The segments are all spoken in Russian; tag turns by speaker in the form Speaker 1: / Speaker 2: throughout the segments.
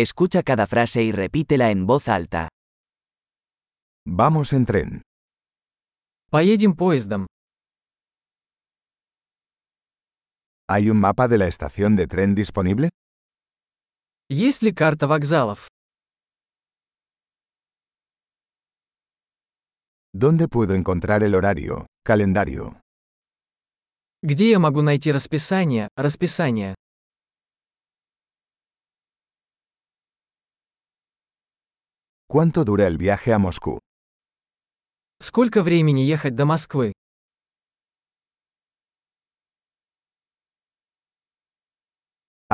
Speaker 1: Escucha cada frase y repítela en voz alta.
Speaker 2: Vamos en tren.
Speaker 3: Поедем поездом.
Speaker 2: ¿Hay un mapa de la estación de tren disponible?
Speaker 3: Есть ли карта вокзалов?
Speaker 2: ¿Dónde puedo encontrar el horario, calendario?
Speaker 3: Где я могу найти расписание, расписание?
Speaker 2: ¿Cuánto dura el viaje a Moscú?
Speaker 3: Сколько времени ехать до Москвы?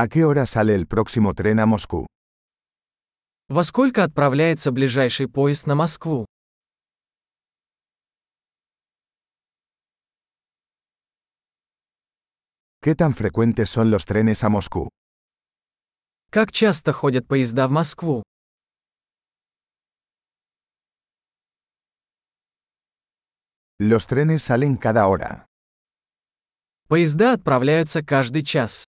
Speaker 2: ¿A qué hora sale el próximo tren a Moscú?
Speaker 3: Во сколько отправляется ближайший поезд на Москву?
Speaker 2: ¿Qué tan frecuentes son los trenes a Moscú?
Speaker 3: Как часто ходят поезда в Москву?
Speaker 2: Los trenes salen cada hora.
Speaker 3: Поезда отправляются каждый час.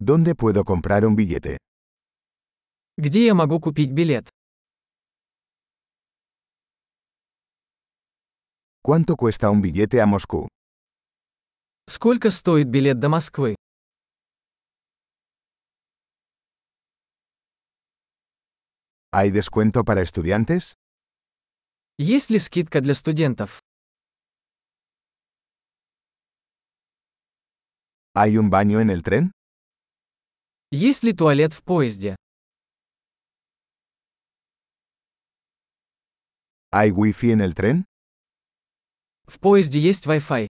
Speaker 2: ¿Dónde puedo comprar un billete?
Speaker 3: Где я могу купить билет?
Speaker 2: ¿Cuánto cuesta un billete a Moscú?
Speaker 3: Сколько стоит билет до Москвы?
Speaker 2: ¿Hay descuento para estudiantes?
Speaker 3: Есть ли скидка для студентов?
Speaker 2: ¿Hay un baño en el tren?
Speaker 3: Есть ли туалет в поезде?
Speaker 2: ¿Hay wifi en el tren?
Speaker 3: В поезде есть Wi-Fi.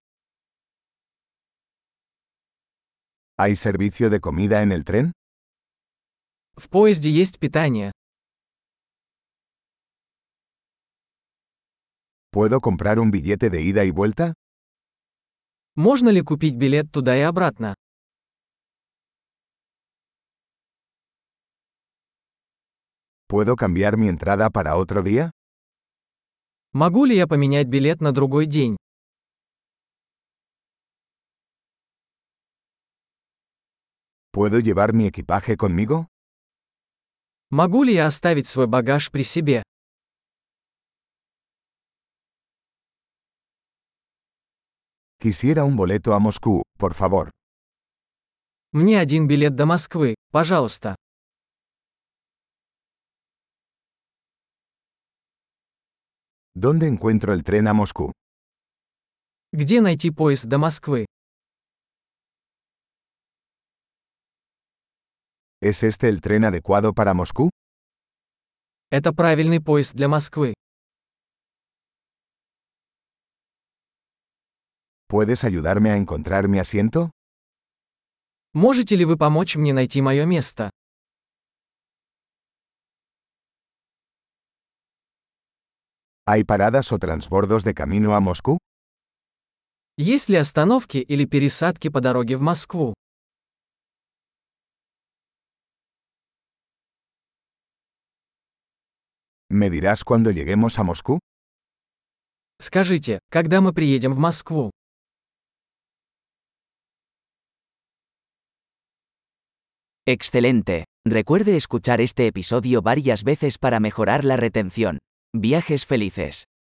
Speaker 2: ¿Hay servicio de comida en el tren?
Speaker 3: В поезде есть питание.
Speaker 2: ¿Puedo comprar un billete de ida y vuelta?
Speaker 3: Можно ли купить билет туда и обратно?
Speaker 2: ¿Puedo cambiar mi entrada para otro día?
Speaker 3: Могу ли я поменять билет на другой день?
Speaker 2: ¿Puedo llevar mi equipaje conmigo?
Speaker 3: Могу ли я оставить свой багаж при себе?
Speaker 2: Quisiera un boleto a Moscú, por favor.
Speaker 3: Мне один билет до Москвы, пожалуйста.
Speaker 2: ¿Dónde encuentro el tren a Moscú?
Speaker 3: Где найти поезд до Москвы?
Speaker 2: ¿Es este el tren adecuado para Moscú?
Speaker 3: Это правильный поезд для Москвы.
Speaker 2: ¿Puedes ayudarme a encontrar mi asiento?
Speaker 3: Можете ли вы помочь мне найти мое место?
Speaker 2: ¿Hay paradas o transbordos de camino a Moscú?
Speaker 3: Есть ли остановки или пересадки по дороге в Москву?
Speaker 2: ¿Me dirás cuándo lleguemos a Moscú?
Speaker 3: Скажите, когда мы приедем в Москву?
Speaker 1: Excelente. Recuerde escuchar este episodio varias veces para mejorar la retención. Viajes felices.